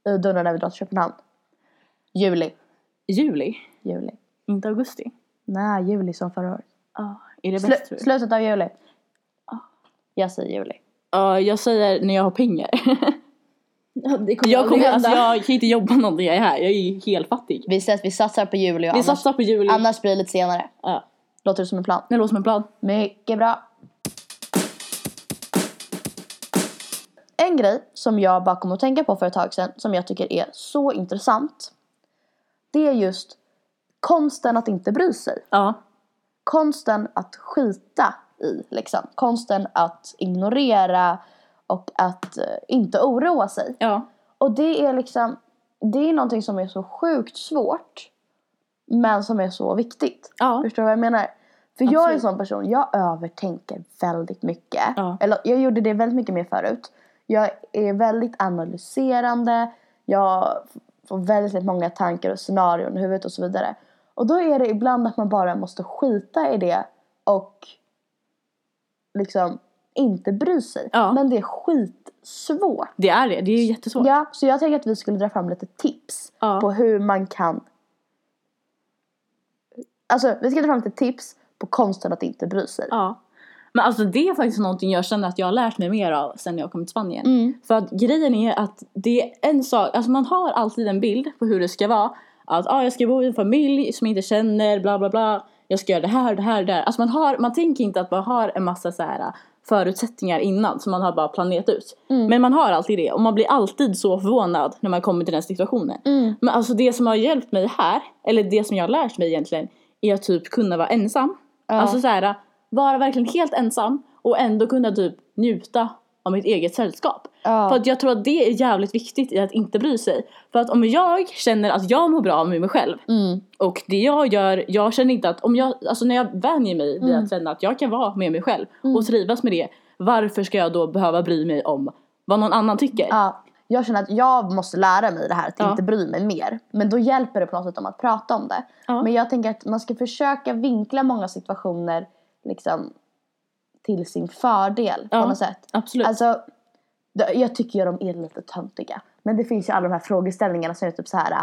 Speaker 1: Du undrar när vi drar till Köpenhamn. Juli.
Speaker 2: Juli,
Speaker 1: Juli.
Speaker 2: inte augusti.
Speaker 1: Nej, juli som förra året.
Speaker 2: Ja. Är Ah. det bäst
Speaker 1: Slu-
Speaker 2: tror du?
Speaker 1: slutet av juli. Jag säger juli.
Speaker 2: Ja, jag säger när jag har pengar.
Speaker 3: Ja, det kommer
Speaker 2: jag,
Speaker 3: aldrig
Speaker 2: kommer,
Speaker 3: hända.
Speaker 2: alltså, jag kan inte jobba någon när jag är här, jag är ju helt fattig.
Speaker 1: Vi ses, vi satsar på juli och
Speaker 2: Vi
Speaker 1: annars,
Speaker 2: satsar på juli.
Speaker 1: annars blir det lite senare.
Speaker 2: Ja.
Speaker 1: Låter det som en plan?
Speaker 2: Det låter som en plan.
Speaker 1: Mycket bra. En grej som jag bara kom att tänka på för ett tag sedan som jag tycker är så intressant. Det är just konsten att inte bry sig.
Speaker 2: Ja.
Speaker 1: Konsten att skita i liksom. Konsten att ignorera och att eh, inte oroa sig.
Speaker 2: Ja.
Speaker 1: Och det är liksom, det är någonting som är så sjukt svårt. Men som är så viktigt.
Speaker 2: Ja.
Speaker 1: Förstår du vad jag menar? För jag är en
Speaker 2: Absolut.
Speaker 1: sån person, jag övertänker väldigt mycket.
Speaker 2: Ja.
Speaker 1: Eller jag gjorde det väldigt mycket mer förut. Jag är väldigt analyserande. Jag f- får väldigt, väldigt många tankar och scenarion i huvudet och så vidare. Och då är det ibland att man bara måste skita i det och liksom inte bry sig.
Speaker 2: Ja.
Speaker 1: Men det är skitsvårt.
Speaker 2: Det är det, det är ju jättesvårt.
Speaker 1: Ja, så jag tänker att vi skulle dra fram lite tips
Speaker 2: Ja.
Speaker 1: på hur man kan... Alltså, vi ska dra fram lite tips på konsten att inte bry sig.
Speaker 2: Ja. Men alltså det är faktiskt någonting jag känner att jag har lärt mig mer av sen jag kom till Spanien.
Speaker 1: Mm.
Speaker 2: För att grejen är att det är en sak, alltså man har alltid en bild på hur det ska vara. Att ah, jag ska bo i en familj som jag inte känner, bla bla bla. Jag ska göra det här, det här, det här. Alltså man, har, man tänker inte att man har en massa så här äh, förutsättningar innan som man har bara planerat ut. Men man har alltid det och man blir alltid så förvånad när man kommer till den situationen. Men alltså det som har hjälpt mig här, eller det som jag har lärt mig egentligen, är att typ kunna vara ensam. Alltså så här, vara verkligen helt ensam och ändå kunna typ njuta av mitt eget sällskap.
Speaker 1: Ja.
Speaker 2: För att jag tror att det är jävligt viktigt i att inte bry sig. För att om jag känner att jag mår bra med mig själv
Speaker 1: Mm.
Speaker 2: och det jag gör, jag känner inte att om jag, alltså när jag vänjer mig vid
Speaker 1: Mm.
Speaker 2: att känna att jag kan vara med mig själv
Speaker 1: Mm.
Speaker 2: och trivas med det, varför ska jag då behöva bry mig om vad någon annan tycker?
Speaker 1: Ja, jag känner att jag måste lära mig det här att
Speaker 2: Ja.
Speaker 1: inte bry mig mer. Men då hjälper det på något sätt om att prata om det.
Speaker 2: Ja.
Speaker 1: Men jag tänker att man ska försöka vinkla många situationer liksom, till sin fördel
Speaker 2: Ja.
Speaker 1: på något sätt.
Speaker 2: Absolut.
Speaker 1: Alltså, det- jag tycker ju de är lite töntiga. Men det finns ju alla de här frågeställningarna som är typ så här,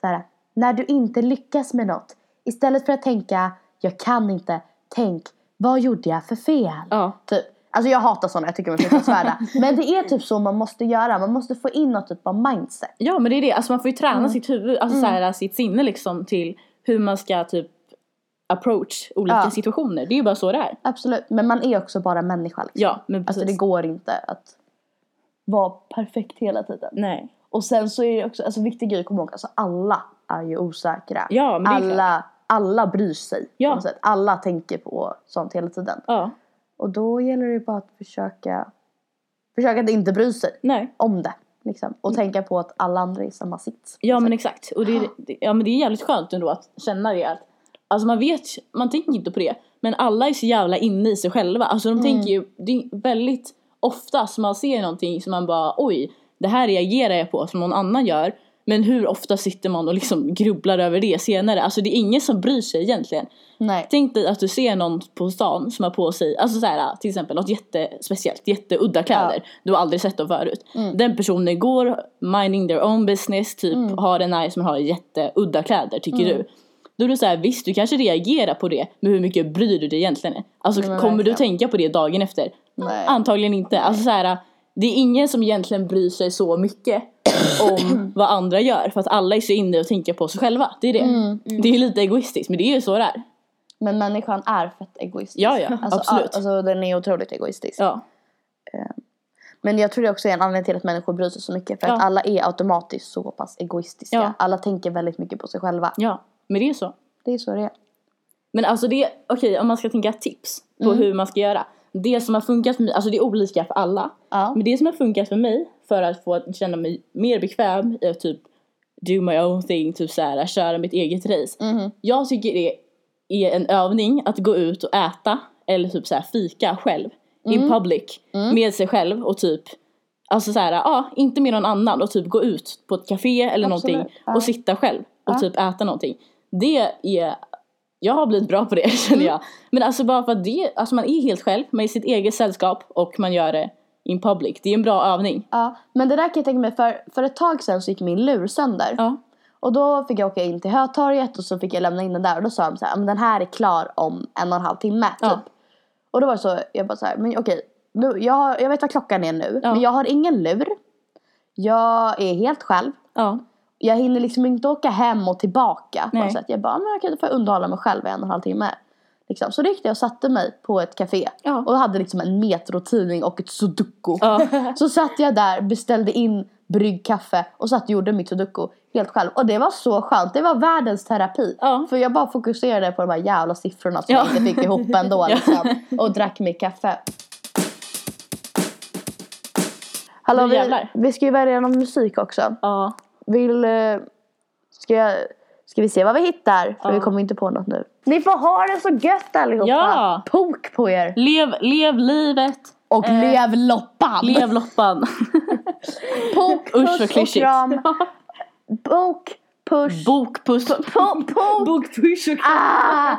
Speaker 1: så här. När du inte lyckas med något. Istället för att tänka jag kan inte. Tänk vad gjorde jag för fel?
Speaker 2: ja.
Speaker 1: Typ. Alltså jag hatar sådana, jag tycker de är fruktansvärda. Men det är typ så man måste göra. Man måste få in något typ av mindset.
Speaker 2: ja, men det är det. Alltså man får ju träna
Speaker 1: Mm.
Speaker 2: sitt huvud, alltså så här, sitt sinne liksom till hur man ska typ approach olika
Speaker 1: Ja.
Speaker 2: situationer. Det är ju bara så det är.
Speaker 1: Absolut. Men man är också bara människa. Liksom.
Speaker 2: Ja, men precis.
Speaker 1: Alltså det går inte att vara perfekt hela tiden.
Speaker 2: Nej.
Speaker 1: Och sen så är det också, alltså viktig grej att komma ihåg, alltså alla är ju osäkra.
Speaker 2: Ja, men det är klart.
Speaker 1: alla, alla bryr sig.
Speaker 2: Ja.
Speaker 1: På något sätt. Alla tänker på sånt hela tiden.
Speaker 2: Ja.
Speaker 1: Och då gäller det ju bara att försöka, försöka att inte bry sig
Speaker 2: Nej.
Speaker 1: om det. Liksom. Och tänka på att alla andra är i samma sits.
Speaker 2: Mm. Ja men exakt. Och det är, det- ja, men det är jävligt skönt ändå att känna det. Att, alltså man vet, man tänker inte på det. Men alla är så jävla inne i sig själva. Alltså de tänker ju, det är väldigt ofta som man ser någonting som man bara oj, det här reagerar jag på som någon annan gör. Men hur ofta sitter man och liksom grubblar över det senare? Alltså det är ingen som bryr sig egentligen.
Speaker 1: Nej.
Speaker 2: Tänk dig att du ser någon på stan som har på sig, alltså så här, till exempel något jättespeciellt, jätteudda kläder. Du har aldrig sett dem förut.
Speaker 1: Mm.
Speaker 2: Den personen går minding their own business, typ har en nice men har jätteudda kläder tycker
Speaker 1: Mm.
Speaker 2: du. Då är det så här, visst du kanske reagerar på det, men hur mycket bryr du dig egentligen? Alltså
Speaker 1: Nej,
Speaker 2: kommer
Speaker 1: men
Speaker 2: du
Speaker 1: verkligen.
Speaker 2: tänka på det dagen efter?
Speaker 1: Nej.
Speaker 2: Antagligen inte. Alltså så här, det är ingen som egentligen bryr sig så mycket om vad andra gör för att alla är så inne och tänker på sig själva. Det är det.
Speaker 1: Mm.
Speaker 2: Det är lite egoistiskt men det är ju så det är.
Speaker 1: Men människan är fett egoistisk.
Speaker 2: Ja, ja,
Speaker 1: alltså,
Speaker 2: absolut.
Speaker 1: a- Alltså den är otroligt egoistisk.
Speaker 2: Ja,
Speaker 1: Men jag tror det också är en anledning till att människor bryr sig så mycket. För att
Speaker 2: Ja.
Speaker 1: alla är automatiskt så pass egoistiska.
Speaker 2: Ja.
Speaker 1: Alla tänker väldigt mycket på sig själva.
Speaker 2: ja. Men det är så.
Speaker 1: Det är så det är.
Speaker 2: Men alltså det, okej om man ska tänka tips på hur man ska göra. Det som har funkat för mig, alltså det är olika för alla.
Speaker 1: Ja.
Speaker 2: Men det som har funkat för mig för att få känna mig mer bekväm i att typ do my own thing, typ såhär köra mitt eget race.
Speaker 1: Mhm.
Speaker 2: Jag tycker det är en övning att gå ut och äta eller typ såhär fika själv.
Speaker 1: Mm.
Speaker 2: In public. Med sig själv och typ Alltså såhär, ja inte med någon annan och typ gå ut på ett café eller
Speaker 1: Absolut,
Speaker 2: någonting
Speaker 1: ja.
Speaker 2: och sitta själv och
Speaker 1: Ja.
Speaker 2: typ äta någonting. Det är jag har blivit bra på det känner
Speaker 1: Mm.
Speaker 2: jag. Men alltså bara för att det, alltså man är helt själv, man är i sitt eget sällskap och man gör det in public. Det är en bra övning.
Speaker 1: Ja, men det där kan jag tänka mig för, för ett tag sedan så gick min lur sönder.
Speaker 2: Ja.
Speaker 1: Och då fick jag åka in till Hötorget och så fick jag lämna in den där och då sa de så här, men den här är klar om en och en halv timme typ.
Speaker 2: Ja.
Speaker 1: Och då var det så, jag bara så här, men okej, nu, jag, har- jag vet vad klockan är nu,
Speaker 2: Ja.
Speaker 1: men jag har ingen lur. Jag är helt själv.
Speaker 2: Ja.
Speaker 1: Jag hinner liksom inte åka hem och tillbaka på
Speaker 2: Nej.
Speaker 1: något sätt. Jag bara, men okej, då får jag underhålla mig själv i en och en halv timme. Liksom. Så då gick jag och satte mig på ett café.
Speaker 2: Ja.
Speaker 1: Och hade liksom en metrotidning och ett sudoku.
Speaker 2: Ja.
Speaker 1: Så satt jag där, beställde in brygg kaffe och satt och gjorde mitt sudoku helt själv. Och det var så skönt, det var världens terapi.
Speaker 2: Ja.
Speaker 1: För jag bara fokuserade på de här jävla siffrorna som
Speaker 2: Ja.
Speaker 1: jag inte fick ihop ändå.
Speaker 2: Ja.
Speaker 1: Liksom. Och drack mitt kaffe. Hallå,
Speaker 2: Nu
Speaker 1: vi,
Speaker 2: jävlar.
Speaker 1: vi ska ju välja någon musik också.
Speaker 2: Ja.
Speaker 1: Vill... eh, Ska, jag, ska vi se vad vi hittar? För
Speaker 2: Ja.
Speaker 1: vi kommer inte på något nu. Ni får ha det så gött allihopa!
Speaker 2: Ja.
Speaker 1: Pok på er!
Speaker 2: Lev, lev livet,
Speaker 1: Och
Speaker 2: Eh,
Speaker 1: lev loppan!
Speaker 2: lev loppan.
Speaker 1: Pok,
Speaker 2: Usch vad
Speaker 1: puss och
Speaker 2: klyschigt.
Speaker 1: kram! Bok, push,
Speaker 2: Bok, puss.
Speaker 1: po- pok!
Speaker 2: Bok, puss och kram.
Speaker 1: Ah!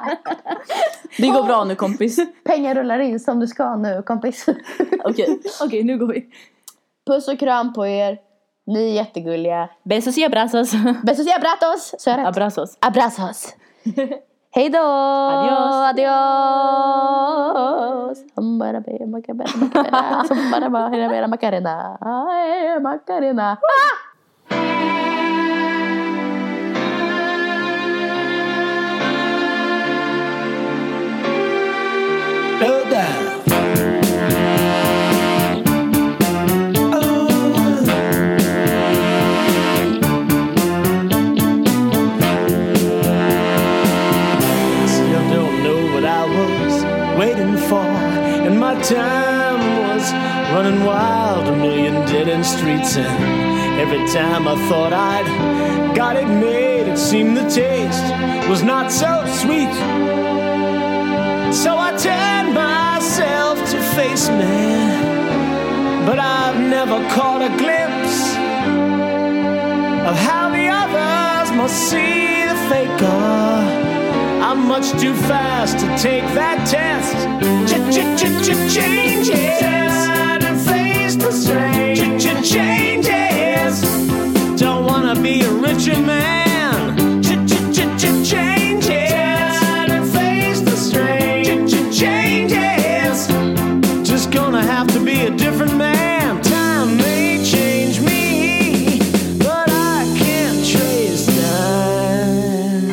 Speaker 2: Det går bra nu kompis.
Speaker 1: Pengar rullar in som du ska nu kompis.
Speaker 2: Okej, Okej, nu går vi.
Speaker 1: Puss och kram på er! Ni är jättegulliga.
Speaker 2: Besos y abrazos.
Speaker 1: Besos y abratos! Så är det.
Speaker 2: Abrazos.
Speaker 1: Abrazos. Hej då!
Speaker 2: Adios.
Speaker 1: Adios! Sombara be macarena, macarena. Sombara ba hera bera macarena. Ay, macarena.
Speaker 4: Slow down. Oh. Still don't know what I was waiting for, and my time was running wild, a million dead end streets. And every time I thought I'd got it made, it seemed the taste was not so sweet. So I turned myself to face me, but I've never caught a glimpse of how the others must see the faker. I'm much too fast to take that test. Changes. Turn and face the strange. Changes. Don't wanna be a richer man. Changes. Turn and face the strange. Changes. Just gonna have to be a different man. Time may change me, but I can't trace time.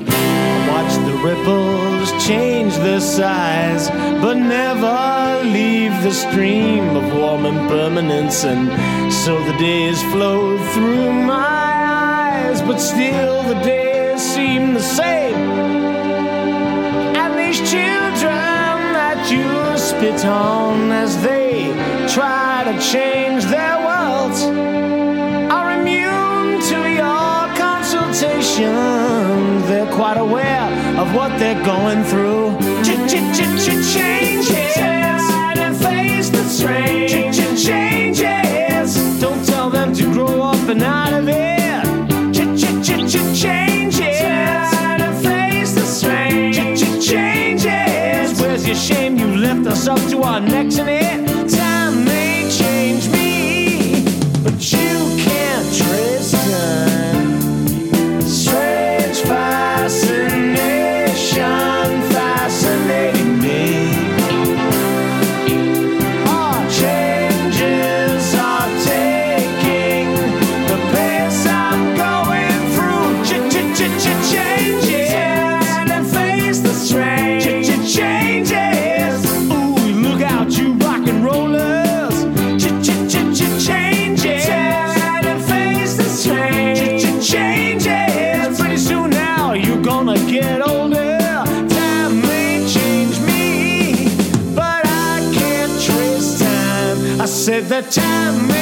Speaker 4: I watch the ripples change their size, but never leave the stream of warm impermanence. And so the days flow through my eyes, but still the days seem the same. And these children that you spit on as they try to change their worlds are immune to your consultation. They're quite aware of what they're going through. Changes. Turn and face the strange. Changes. Don't tell them to grow up and out of it. Changes. Turn and face the strange. Changes. Where's your shame? You left us up to our necks in it. Time may change me, but you can't trace time. Strange fascination fascinating me. Our changes are taking the pace I'm going through. Changes and face the strange. Changes. Ooh, look out, you rock and rollers. Changes and face the strange. Changes. Pretty soon now you're gonna get older. Time may change me, but I can't trace time. I said that time may